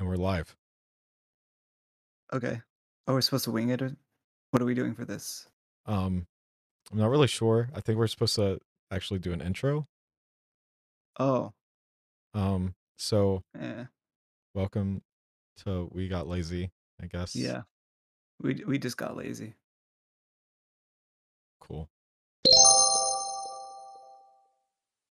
We're live. Okay. Oh, we're supposed to wing it? Or what are we doing for this? Um, I'm not really sure. I think we're supposed to actually do an intro. Oh, Um, so eh, welcome to We Got Lazy, I guess. yeah. We d- we just got lazy. Cool.